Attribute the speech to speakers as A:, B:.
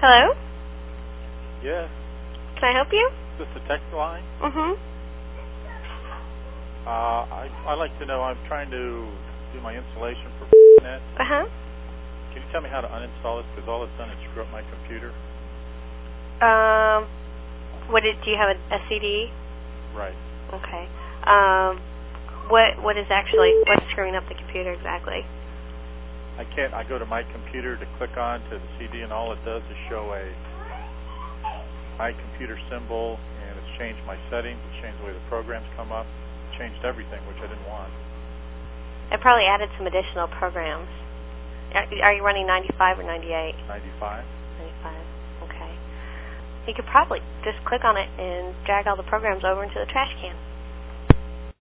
A: Hello?
B: Yes.
A: Can I help you?
B: Is this the text line?
A: Mm-hmm.
B: Uh, I, I'd like to know, I'm trying to do my installation for net.
A: Uh-huh.
B: Can you tell me how to uninstall this? Because all it's done is screw up my computer.
A: Um, what did, do you have a, a CD?
B: Right.
A: Okay. Um, what what is actually what's screwing up the computer exactly?
B: I can't, I go to my computer to click on to the CD and all it does is show a my computer symbol and it's changed my settings, it's changed the way the programs come up, It changed everything, which I didn't want.
A: I probably added some additional programs. Are, are you running 95 or 98?
B: 95.
A: 95. Okay. You could probably just click on it and drag all the programs over into the trash can.